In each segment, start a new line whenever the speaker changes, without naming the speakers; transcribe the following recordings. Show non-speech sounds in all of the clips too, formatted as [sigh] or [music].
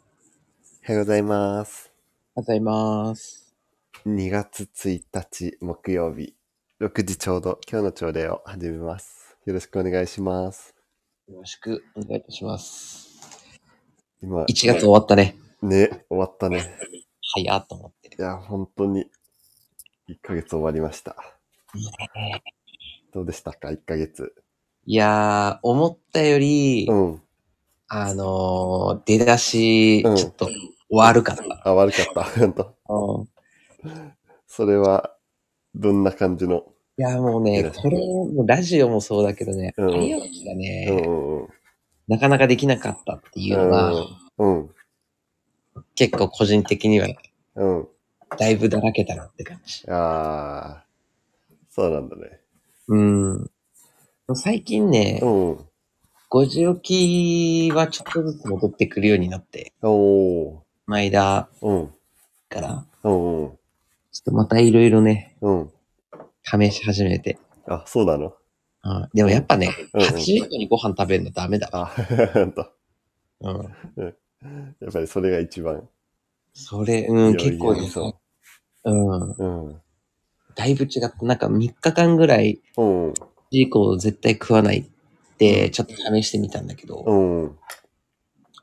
おはようございます。
おはようございます。
2月1日木曜日、6時ちょうど、今日の朝礼を始めます。よろしくお願いします。
よろしくお願いいたします。
今、
1月終わったね。
ね、終わったね。
早っと思って。
いや、本当に、1ヶ月終わりました。どうでしたか ?1 ヶ月。
いやー、思ったより、
うん。
あのー、出だし、
うん
ちょっと終わるかな。
あ、悪かった。本当。
うん
それは、どんな感じの。
いや、もう
出
ね
だ、し
これ、もうラジオもそうだけどね、
うん
早起きが
うんう
ね、
んうん。
なかなかできなかったっていうのが、
うん。
結構個人的には、
うん。うん。
だいぶだらけたなって感じ。
ああ、そうなんだね。
うん。最近ね
う、ん。
5時起きはちょっとずつ戻ってくるようになって、
おー。
この間
うん。
から、
うんうん。
ちょっとまたいろいろね、
うん。
試し始めて。
あ、そうなの
うん、でもやっぱね、
うんうん
8時以降にご飯食べるのダメだ。
あ、 [laughs] ほんと。
うん。
やっぱりそれが一番。
それ、うん、
いや
結構
いや
ね、
そ
うん。
う。うん。
だいぶ違った。なんか3日間ぐらい、
うん。
8時以降絶対食わないって、ちょっと試してみたんだけど、
うん。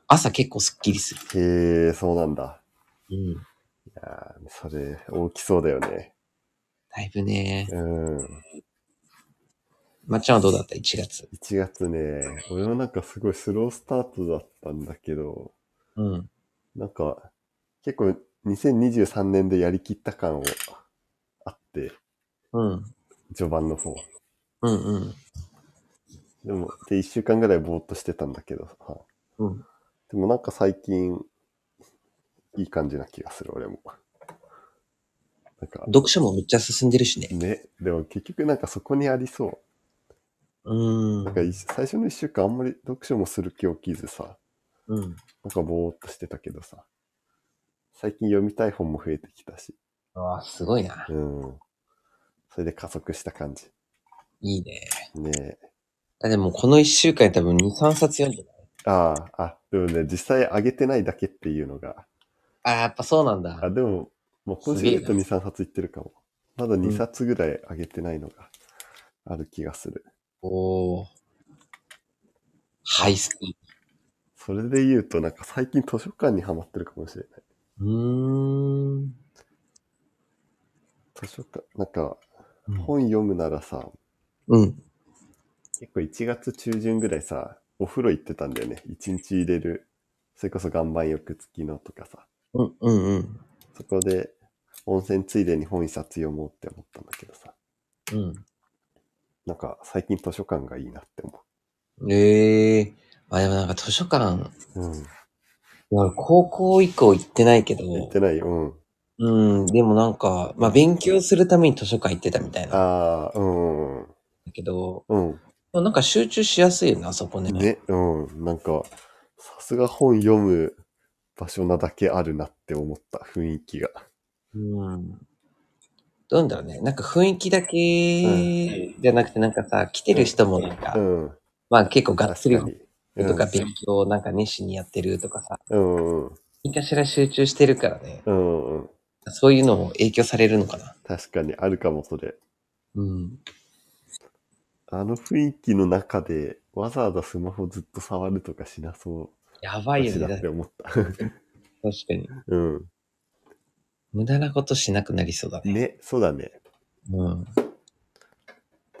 朝結構すっきりする。
へえ、そうなんだ。
うん。
いやーそれ、大きそうだよね。
だいぶね、
うん。
まっちゃんはどうだった ?1 月。
1月ね、俺もなんかすごいスロースタートだったんだけど、
うん。
なんか、結構2023年でやりきった感をあって、
うん。
序盤の方。
うんうん。
でも、で、1週間ぐらいぼーっとしてたんだけどさ。
うん。
でもなんか最近、いい感じな気がする、俺も。なんか、
読書もめっちゃ進んでるしね。
ね、でも結局なんかそこにありそうう。
ん
なん。かい最初の一週間あんまり読書もする気起きずさ、
うん。
なんかぼーっとしてたけどさ、最近読みたい本も増えてきたし、
ああ、すごいな。
うん。それで加速した感じ。
いいね。
ねえ。
あでもこの1週間に多分2、3冊読んでる。
ああ、あ、でもね、実際上げてないだけっていうのが、
あーやっぱそうなんだ
あ、。でも、もう今週で言うと2、3冊いってるかも。まだ2冊ぐらい上げてないのがある気がする。
おお。ハイスキー。
それで言うと、なんか最近図書館にハマってるかもしれない。
うーん。
図書館、なんか本読むならさ、
うん。
結構1月中旬ぐらいさ、お風呂行ってたんだよね。1日入れる。それこそ岩盤浴付きのとかさ。
うんうんうん。
そこで温泉ついでに本一冊読もうって思ったんだけどさ。なんか最近図書館がいいなって思
うん。ええー。まあでもなんか図書館、
う。うん。
俺高校以降行ってないけ
行っ
ど
て、ないうん。
うん、でもなんか、まあ勉強するために図書館行ってたみたいなんだ
ああ、うんうん
けど、
うん。
でもなんか集中しやすいよね、あそこ
う
ね。
ん。ね、うん。なんか、さすが本読む場所なだけあるなって思った雰囲気が。
うん。どうなんだろうね。なんか雰囲気だけじゃなくて、なんかさ、来てる人もなんか、
うん。
まあ結構がっつり
確かに
とか勉強をなんか熱心にやってるとかさ、
うんうんうん
何かしら集中してるからね。
うんうん。
そういうのも影響されるのかな。
確かにあるかも、それ。
うん。
あの雰囲気の中で、わざわざスマホずっと触るとかしなそ
や
う
ばいよ
私
ね。
だ
だ
っ
って
て思った。
確かに。
うん。
無駄なことしなくなりそうだね。
ね、そうだね。
うん。
っ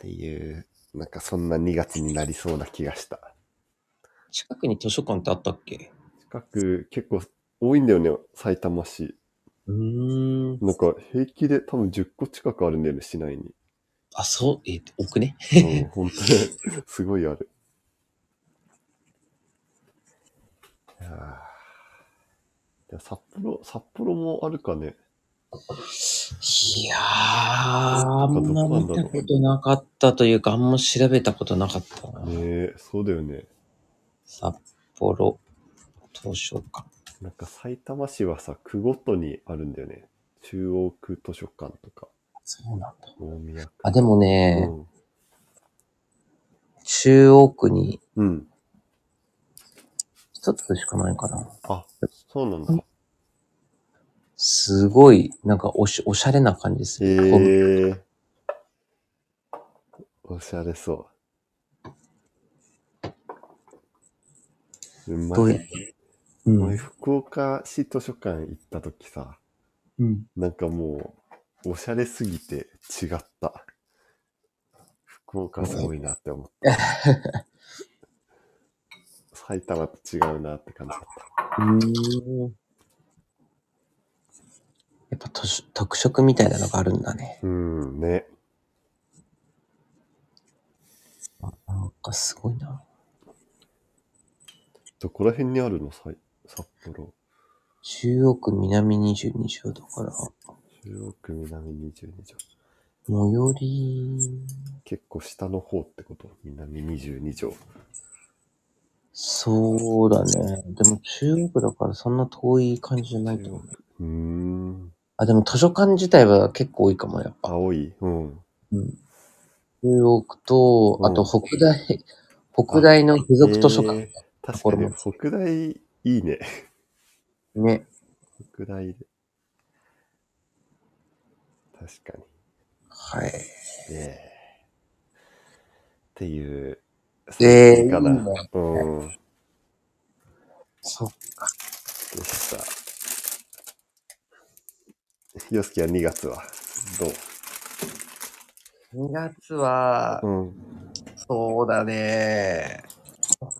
ていう、なんかそんな2月になりそうな気がした。
近くに図書館ってあったっけ
近く、結構多いんだよね、埼玉市。
うーん。
なんか平気で多分10個近くあるんだよね、市内に。
あ、そう、えー奥ね。
うん、本当に、すごいある。いやーいや札幌、札幌もあるかね。
いやー、あんま見たことなかったというか、あんま調べたことなかったな。
ねえ、そうだよね。
札幌図書館。
なんか埼玉市はさ、区ごとにあるんだよね。中央区図書館とか、
そうなんだ。
大宮区。
あ、でもね、
も、
中央区に
うん。
一つしかないかな。
あ、そうなんだ。
すごい、なんかおし、おしゃれな感じです
え
ね。こう
ー、おしゃれそう。うま
どうや
い。
う
前
ん。
福岡市図書館行った時さ、
うん。
なんかもう、おしゃれすぎて違った。福岡すごいなって思った。 [laughs] 埼玉と違うなって感じだった。
やっぱ特色特色みたいなのがあるんだね。
うん、ね。
なんかすごいな。
どこら辺にあるのさい札幌。
中央区南22条だから、
中央区南22条。
最寄り、
結構下の方ってこと南22条。
そうだね。でも中央区だからそんな遠い感じじゃないと思う。
うーん。
あ、でも図書館自体は結構多いかも、やっぱ。
青い。うん。
うん。中央区と、
うん
あと北大、北大の付属図書
え
館
ー。確かに、北大いいね。
ね。
北大で。確かに。
はい。
ええっていう。
え
そう
ー
かな。
いいね
うん。で
そっか。
した。よすきは2月はどう
2月は、
うん。
そうだね。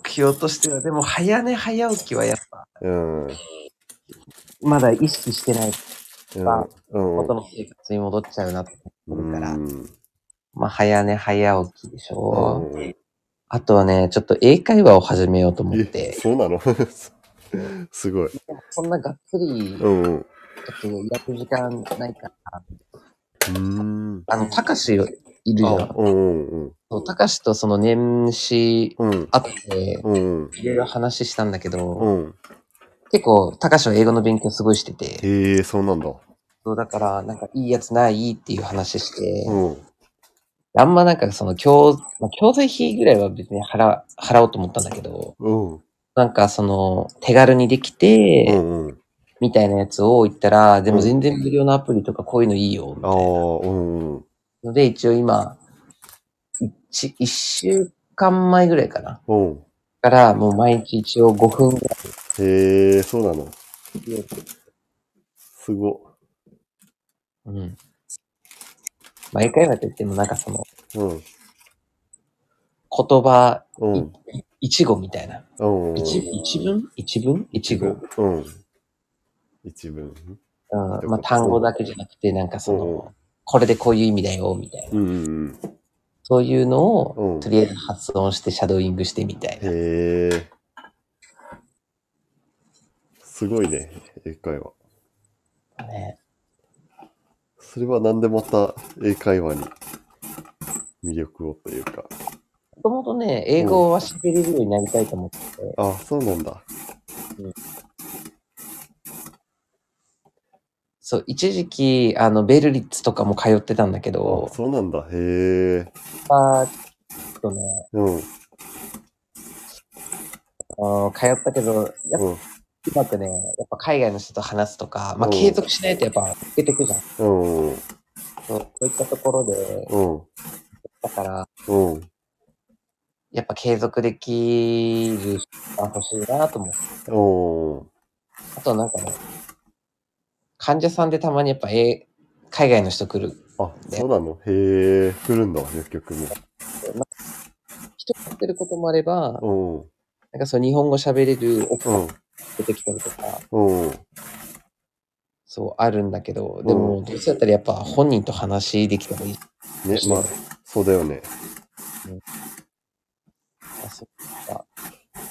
目標としては、でも早寝早起きはやっぱ、
うん。うん。
まだ意識してないあ
うん。
元の生活に戻っちゃうなって
う
思うから、
ん。
まあ早寝早起きでしょ、
うん
あとはね、ちょっと英会話を始めようと思っ
え、
て、
そうなの [laughs] すごい。
そんながっつり、ちょ
うんうん。
っとやる時間ないから、
うん。
あの、たかしいるじゃん。
うんうん
そうたかしとその年始
うん。うん。
あって、
うん。
いろいろ話したんだけど、
うん。
結構、たかしは英語の勉強すごいしてて、
へえ、そうなんだ。
そうだから、なんかいいやつないっていう話して、
うん。
あんまなんかその教、まあ教材費ぐらいは別に払う払おうと思ったんだけど、
うん。
なんかその手軽にできて、
うんうん。
みたいなやつを言ったら、で
う
も
ん
全然無料のアプリとかこういうのいいよ、
あ
みた
あ、
い
う
な
んうん。
ので、一応今、一、一週間前ぐらいかな。
うん。
から、もう毎日一応5分ぐら
へえ、そうなの。
いで。
すご。
うん。毎回はと言ってもなんかその、
うん。
言葉
うん。
一語みたいな。
うん。
一一文一文一語。
うん。一文。
うん。まあ単語だけじゃなくて、なんかその、これでこういう意味だよ、みたいな。
うんうん
そういうの
うん
を、とりあえず発音してシャドーイングしてみたい
うん。
な。
へえ。すごいね、英会話。
ね、
それはなんでまた英会話に魅力をというか。
もともとね、英語は喋れるようになりたいと思ってて、
あ、そうなんだ。
そう、一時期、あの、ベルリッツとかも通ってたんだけ
あ
ど、
そうなんだ。へえ。
パーッとね、
うん。
あの通ったけど、やっぱ
うん。
うまくね、やっぱ海外の人と話すとか、まあ
うん
継続しないとやっぱ抜けてくじゃん。
うん。
そうそういったところで、
うん。
だから、
うん。
やっぱ継続できる人が欲しいなと思って。
うん。
あとなんかね、患者さんでたまにやっぱ、え海外の人来る。
あ、そうなのへえ。来るんだ、薬局
人が来てることもあれば、
も。
なんかそう日本語喋れる奥
う
さん
ん。
出てきたりとか、
うん。うん。
そうあるんだけど、でも
うん
どうせだったらやっぱ本人と話できたらいい。
ね、まあ、そうだよね。
あそっか。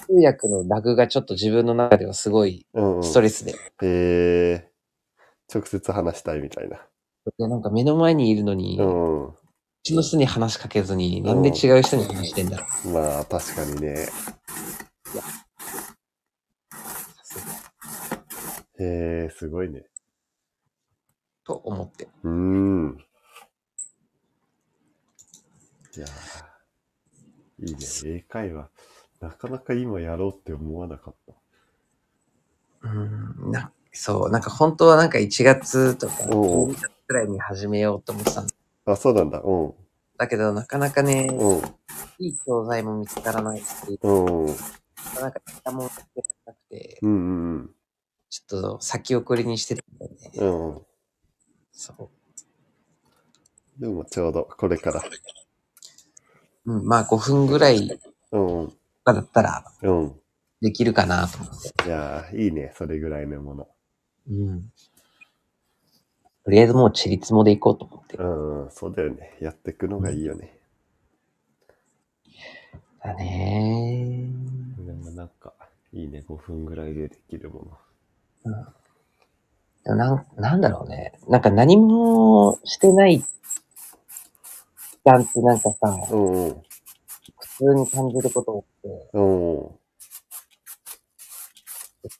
通訳のラグがちょっと自分の中ではすごい
うん、うん。
ストレスで。
へえ。直接話したいみたいな。
でなんか目の前にいるのに、
う。
うんちの人に話しかけずに、なんで違う人に話してんだろう。
まあ、確かにね。へえ、すごいね。
と思って。
うーん。いやーいいね。英会話、なかなか今やろうって思わなかった。
うん、なそう、なんか本当はなんか1月とか、
おう
2月くらいに始めようと思ってたん
あ、そうなんだ。うん。
だけど、なかなかね、
うん。
いい教材も見つからないし、
うん。うん
なんか時間も見つけなくて、
うんうん。
ちょっと先送りにしてたんだよね。
うんうん。
そ
でもちょうどこれから。
う。うん、まあ5分ぐらいと
うん。
かだったら
うん。
できるかなと思って。
いやー、いいね。それぐらいのもの。
うん。とりあえずもうチリツモでいこうと思って。
うん。そうだよね。やっていくのがいいよね。
だね
でもなんか、いいね。5分ぐらいでできるもの。
ー。でもなん、なんだろうね。なんか何もしてない時間ってなんかさ、
うんうん。
普通に感じること多くて、
うん。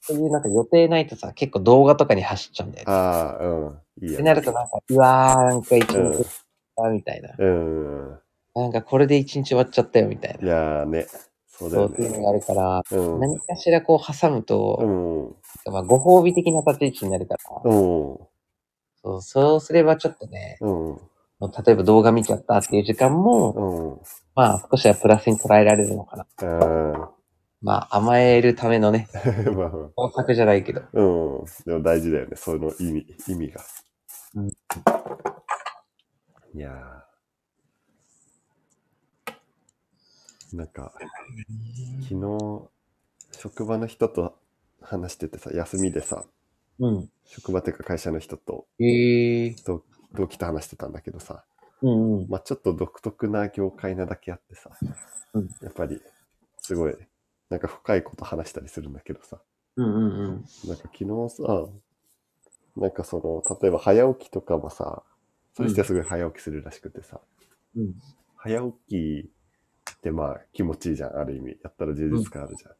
そういうなんか予定ないとさ、結構動画とかに走っちゃうんだよね。
ああ、うん。いい
っ
よ
て
ね。
なるとなんか、うわー、なんか一
うん
日だ、みたいな。
うん。
なんかこれで一日終わっちゃったよ、みたい
い
な。
やーね。そうだ
そ
よ
うっていうの
ね。
があるから、
うん。
何かしらこう挟む
う
と、
ん。
まあご褒美的な立ち位置になるか
う
ら、
ん。
そうそうすればちょっとね、
うん。
もう例えば動画見ちゃったっていう時間も、
うん。
まあ少しはプラスに捉えられるのかな。
あ
まあ甘えるためのね、
ーまあまあ、
工作じゃないけど。
うん。でも大事だよね、その意味、意味が。
うん
いやーなんか、昨日、職場の人と話しててさ、休みでさ、
うん。
職場っていうか会社の人と
へえ。
同同期と話してたんだけどさ、
うんうん。
まあちょっと独特な業界なだけあってさ、
うん
やっぱり、すごい、なんか深いこと話したりするんだけどさ、
うんうんうん。
なんか昨日さ、なんかその、例えば早起きとかもさ、そうしてすごい早起きするらしくてさ、
うん。
早起きってまあ気持ちいいじゃん、ある意味。やったら充実感あるじゃん。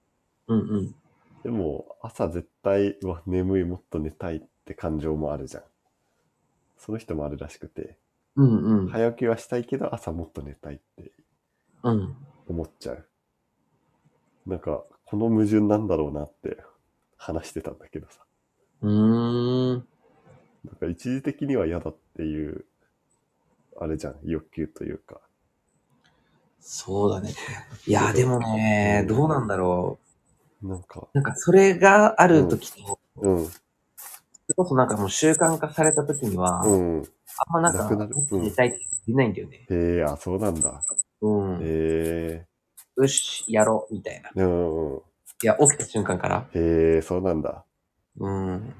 うんうん。
でも、朝絶対、うわ、眠い、もっと寝たいって感情もあるじゃん。その人もあるらしくて、
うんうん。
早起きはしたいけど、朝もっと寝たいって
うん。
思っちゃう。なんか、この矛盾なんだろうなって話してたんだけどさ。
うーん。
なんか一時的には嫌だっていう、あれじゃん、欲求というか。
そうだね。いやーでもね、どうなんだろ
なんか、
う。なんかそれがある時と、
うん、
それこそなんかもう習慣化された時には、あん
うん。
まなん
な
か
くなるうん、
寝たいって言えないんだよね。
えー、あ、そうなんだ。
うん。
え
よし、やろう、みたいな。い
ー、うん、うん。
や、起きた瞬間から。
えー、そうなんだ。
うん。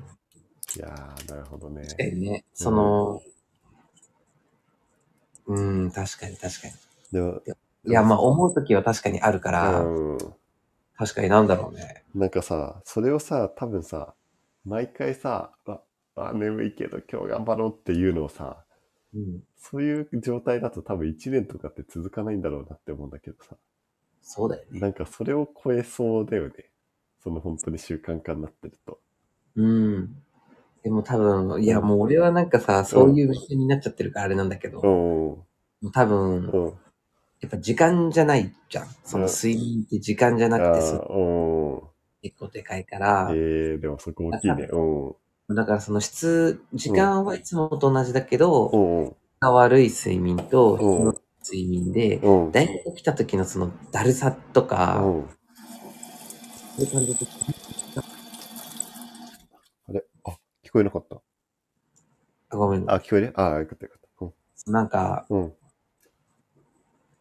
いやー、なるほどね。
えね、その、うん、確かに確かに。
でも、
いや、まあ思う時は確かにあるから、
うん。
確かになんだろうね。
なんかさ、それをさ、多分さ、毎回さ、あ、あ眠いけど今日頑張ろうっていうのをさ、
うん。
そういう状態だと多分1年とかって続かないんだろうなって思うんだけどさ。
そうだよね。
なんかそれを超えそうだよね。その本当に習慣化になってると。
うん。でも多分、いや、もう俺はなんかさ、そういう人になっちゃってるからあれなんだけど、
うん。
多分、
うん。
やっぱ時間じゃないじゃん。その
うん
睡眠って時間じゃな
あ
くて、
ー
そう
うん。
結構でかいから、
えー、でもそこ大きいね。うん。
だからその質、時間はいつもと同じだけど、
うん。うん
質が悪い睡眠と質
うん
の睡眠で、
うん。
大体起きた時のそのだるさとか、
うん。
そういう感じで
あれあ、聞こえなかった。
あごめん、
あ、聞こえるあー、よかったよかった。
なんか、
うん。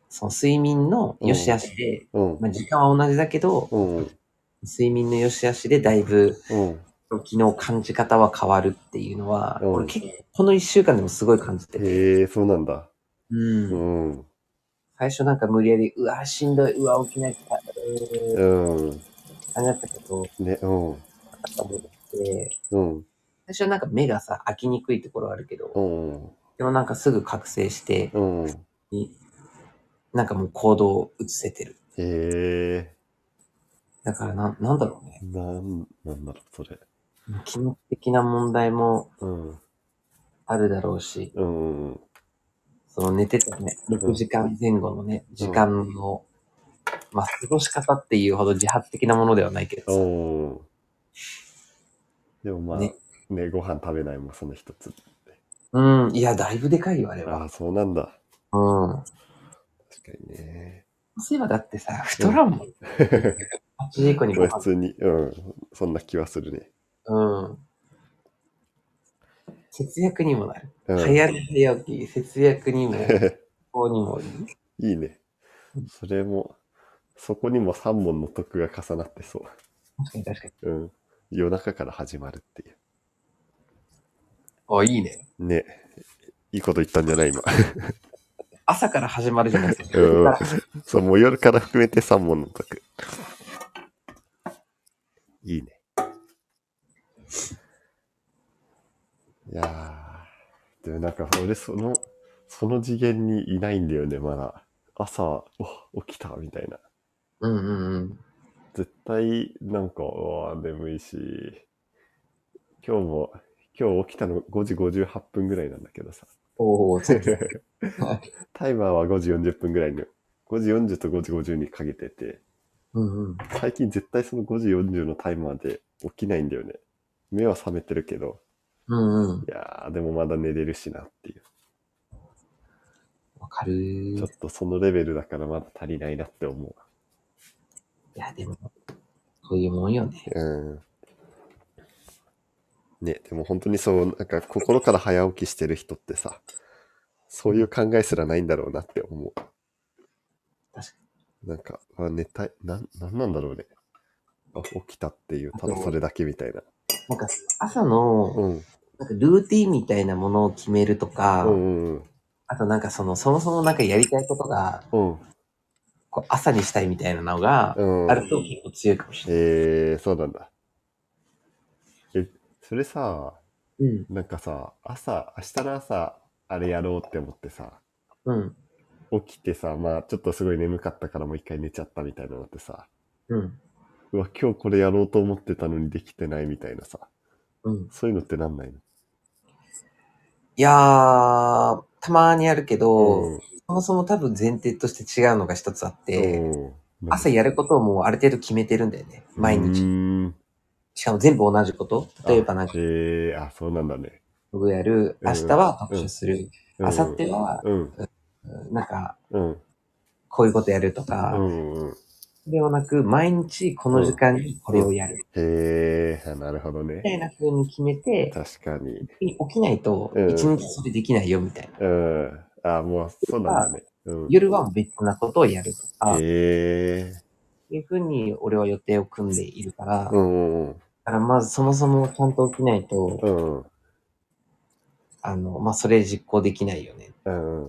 その睡眠の良し悪しで、
うん。
まあ、時間は同じだけど、
うん。うん。
睡眠の良し悪しでだいぶ
うん。
時の感じ方は変わるっていうのは、
うん
俺結構この一週間でもすごい感じてて、
えー、そうなんだ。う
う、
んん。
最初なんか無理やり、うわ、しんどい、うわ、起きないから、うーん、
うん。
あれだったけど、
ね、うん。
なんかもうで
うん。
最初なんか目がさ、開きにくいところはあるけど、
うん。
でもなんかすぐ覚醒して、
うん。
になんかもう行動を移せてる。
え
だからな、なんだろうね。
ー、なん、なんだろう、それ。
機能的な問題も
うん。
あるだろうし、
うん。
その寝てたね、6時間前後のね、時間の、まあ、過ごし方っていうほど自発的なものではないけどさ、
うん。でもまあ、ね
ね
ご飯食べないもその一つ。
うん。いや、だいぶでかいよ、あれは。
ああ、そうなんだ。
うん。
確かにね。
そういえばだってさ、太らんもん。8時以降にご
普
飯。
通に、うん、そんな気はするね。
うん。節約にもなる。
うん、
早寝早起き、節約にも、旅行にもいい。
[laughs] いいね。それも、そこにも3本の得が重なってそ
確かに確かに。
う。うん。夜中から始まるっていう。
あ、いいね。
ね。いいこと言ったんじゃない今。
朝から始まるじゃないですか。
うん。そう、もう夜から含めて3本の得。いいね。いやー。でもなんか俺その、その次元にいないんだよね、まだ。朝、お起きたみたいな。
うんうんうん。
絶対なんか、うわー眠いし、今日も、今日起きたの5時58分ぐらいなんだけどさ。
おお、そう
タイマーは5時40分ぐらいに、5時40と5時50にかけてて、
うんうん。
最近絶対その5時40のタイマーで起きないんだよね。目は覚めてるけど、
うんうん。
いやー、でもまだ寝れるしなっていう。
わかる
ち
ー
ょっ。とそのレベルだからまだ足りないなって思う。
いや、でも、そういうもんよね。
うん。ね、でも本当にそう、なんか心から早起きしてる人ってさ、そういう考えすらないんだろうなって思
確か
う。なんか、あ寝たい、なん、なんなんだろうね。あ、起きたっていう、ただそれだけみたいな。
に。なんか、朝の、
うん。
なんかルーティンみたいなものを決めるとか、
うんうん
あとなんかその、そもそもなんかやりたいことが、
うん。
こう朝にしたいみたいなのが、
うん。
あると結構強いかもしれない。
えー、そうなんだ。え、それさ、
うん。
なんかさ、朝、明日の朝、あれやろうって思ってさ、
うん。
起きてさ、まあちょっとすごい眠かったからもう一回寝ちゃったみたいなのってさ、
うん。
うわ、今日これやろうと思ってたのにできてないみたいなさ、
うん。
そういうのってなんないの
いやー、たまにあるけど、
うん
そもそも多分前提として違うのが一つあって、
うん
朝やることをもうある程度決めてるんだよね。毎
う
日。
ーん
しかも全部同じこと。例えばなんか
あ、へえあ、そうなんだね。
僕やる、
うん
明日は特集する、
うん
明後日は、
うん、
なんか、
うん、
こういうことやるとか、
うん、うん。
ではなく、毎日この時間にこれをやる。
へえあなるほど
みたい
ね。
な風に決めて、
確かに。
起きないと、
うん
一日それできないよ、みたいな。
うん。あ、もう、そうなんだね。うん。
夜は別なことをやるとか、
へえ
いう風に俺は予定を組んでいるから、
う
だ
ん、うん、
からまずそもそもちゃんと起きないと、
うん、うん
あの、まあ、それ実行できないよね。
うん、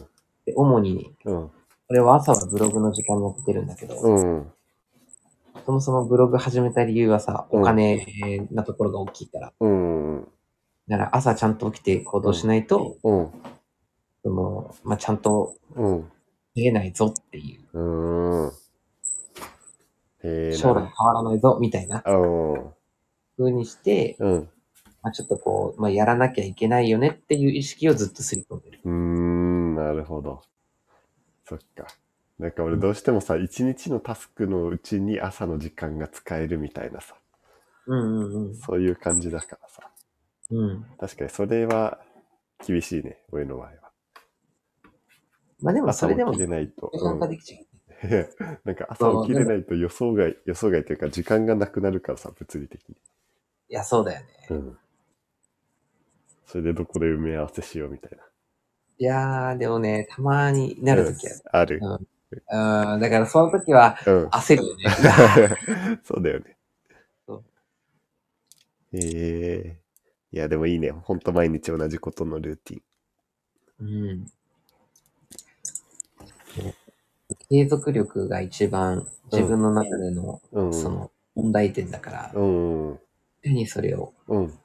で主に、
うん、
俺は朝はブログの時間にやってるんだけど、
うん。
そもそもブログ始めた理由はさ、
うん
お金なところが大きいから。
うん、うん、
だから朝ちゃんと起きて行動しないと、
うん、
その、まあ、ちゃんと
うん。
出れないぞっていう
ーん。へえ
う、将来変わらないぞみたいな
うん。
風にして、
うん。
まあ、ちょっとこう、まあ、やらなきゃいけないよねっていう意識をずっとすり込んでる。
うーん、なるほど。そっか。なんか俺どうしてもさ、一日のタスクのうちに朝の時間が使えるみたいなさ、
うんうんうん。
そういう感じだからさ。
うん。
確かにそれは厳しいね、俺の場合は。
まあ、でもそ
朝
れ
起
でも
き、れないと。
なんかできちゃう。
うん [laughs] なんか朝起きれないと予想外、予想外というか時間がなくなるからさ、物理的に。
いや、そうだよね。
うん。それでどこで埋め合わせしようみたいな。
いやー、でもね、たまになるときは
うんある。
うんだからその時は
うん。
焦るよね。 [laughs]
そうだよね
そう。
ええいや、でもいいね。ほんと毎日同じことのルーティン。
うん。継続力が一番自分の中での、
うん。
その問題点だから、い
うん。うん。
かにそれを
うん。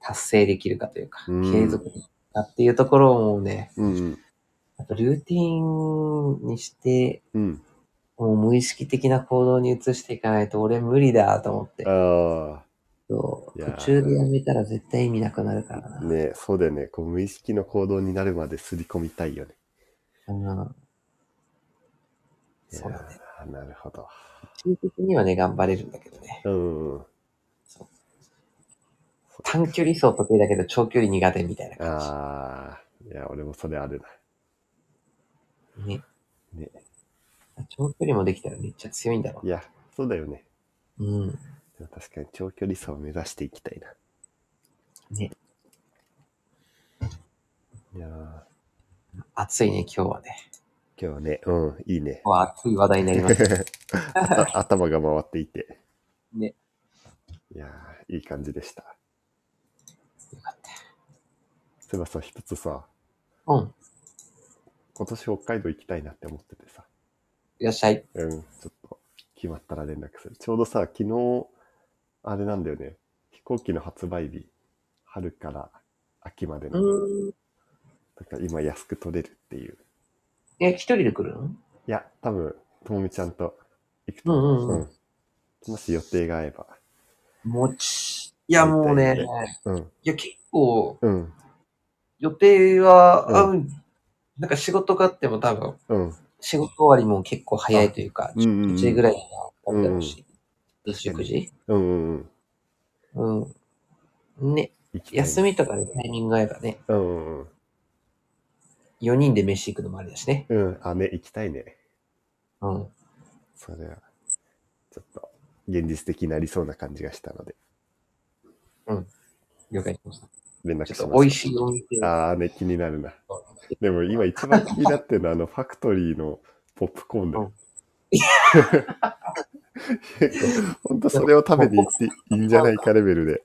達成できるかというか、
うん
継続力だっていうところをね、
うん。
やっぱルーティンにして、 [laughs]
うん。
もう無意識的な行動に移していかないと俺無理だと思って、
あ
そう
いやー
途中でやめたら絶対意味なくなるから
あ。
な。
ねそうだよね。こう無意識の行動になるまで刷り込みたいよね。
うん、そうだね。
いやーなるほど。
中的にはね、頑張れるんだけどね。
うん。
そう短距離走得意だけど長距離苦手みたいな感
ああ、いや、俺もそれある
じ。ね。
ね
長距離もできたらめっちゃ強いんだろ
な。いや、そうだよね。
う。うん。
でも確かに長距離走を目指していきたいな。
ね。
いやー今
暑いね、今日はね。
日はね、うん、いいね。
今日は熱い話題になりま
[laughs]
した。
あ頭が回っていて。
ね。
いやーいい感じでした。
よかった。
そういえばさ、一つさ、
うん。
今年北海道行きたいなって思っててさ。
いらっしゃい。
うん、ちょっと決まったら連絡する。ちょうどさ、昨日、あれなんだよね、飛行機の発売日、春から秋までの、
うん。
だから今安く取れるっていう。
え、一人で来るの
いや、多分、ともみちゃんと行くと
うんうん
思う。
うん
うんもし予定が合えば。
もち。いや、もうね
大体、うん、
いや、結構、
うん、
予定は、
う
うん、なんか仕事があっても多分、
うん。
仕事終わりも結構早いというか、
うんうんうん
10時ぐらいには終わったらしい。19時
うんうんうん。
うん。ね、
行きたい
休みとかでタイミング合えばね、
うんうんうん。
4人で飯行くのもありだしね。
うん、あ、ね、行きたいね。
うん。
それは、ちょっと、現実的になりそうな感じがしたので、
了解しました。
連絡し
ち
ます。
ょっと美味しいお店を
ああね、気になるな。でも今一番気になってるのは、あの、ファクトリーのポップコーンだよ。 [laughs] 結構、ほんとそれを食べに行っていいんじゃないかレベルで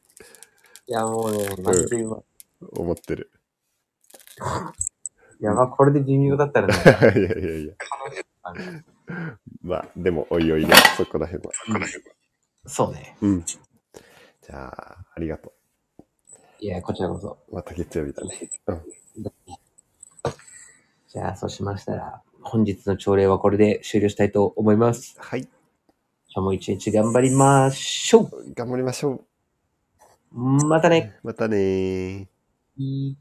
いや、もうね、マジで今。
思ってる。 [laughs]
いや、まあ、これで寿命だったらね、 [laughs]
いやいやいや。
あの
まあ、でも、おいおいね、そこら辺は。
そうね。
うん。じゃあ、ありがと
いや、こちらこそ。
う。また月曜日だね。うん。
じゃあ、そうしましたら、本日の朝礼はこれで終了したいと思います。
はい。
今日も一日頑張りましょ
頑張りましょ
う。また
う。
ね。
またねー。
いい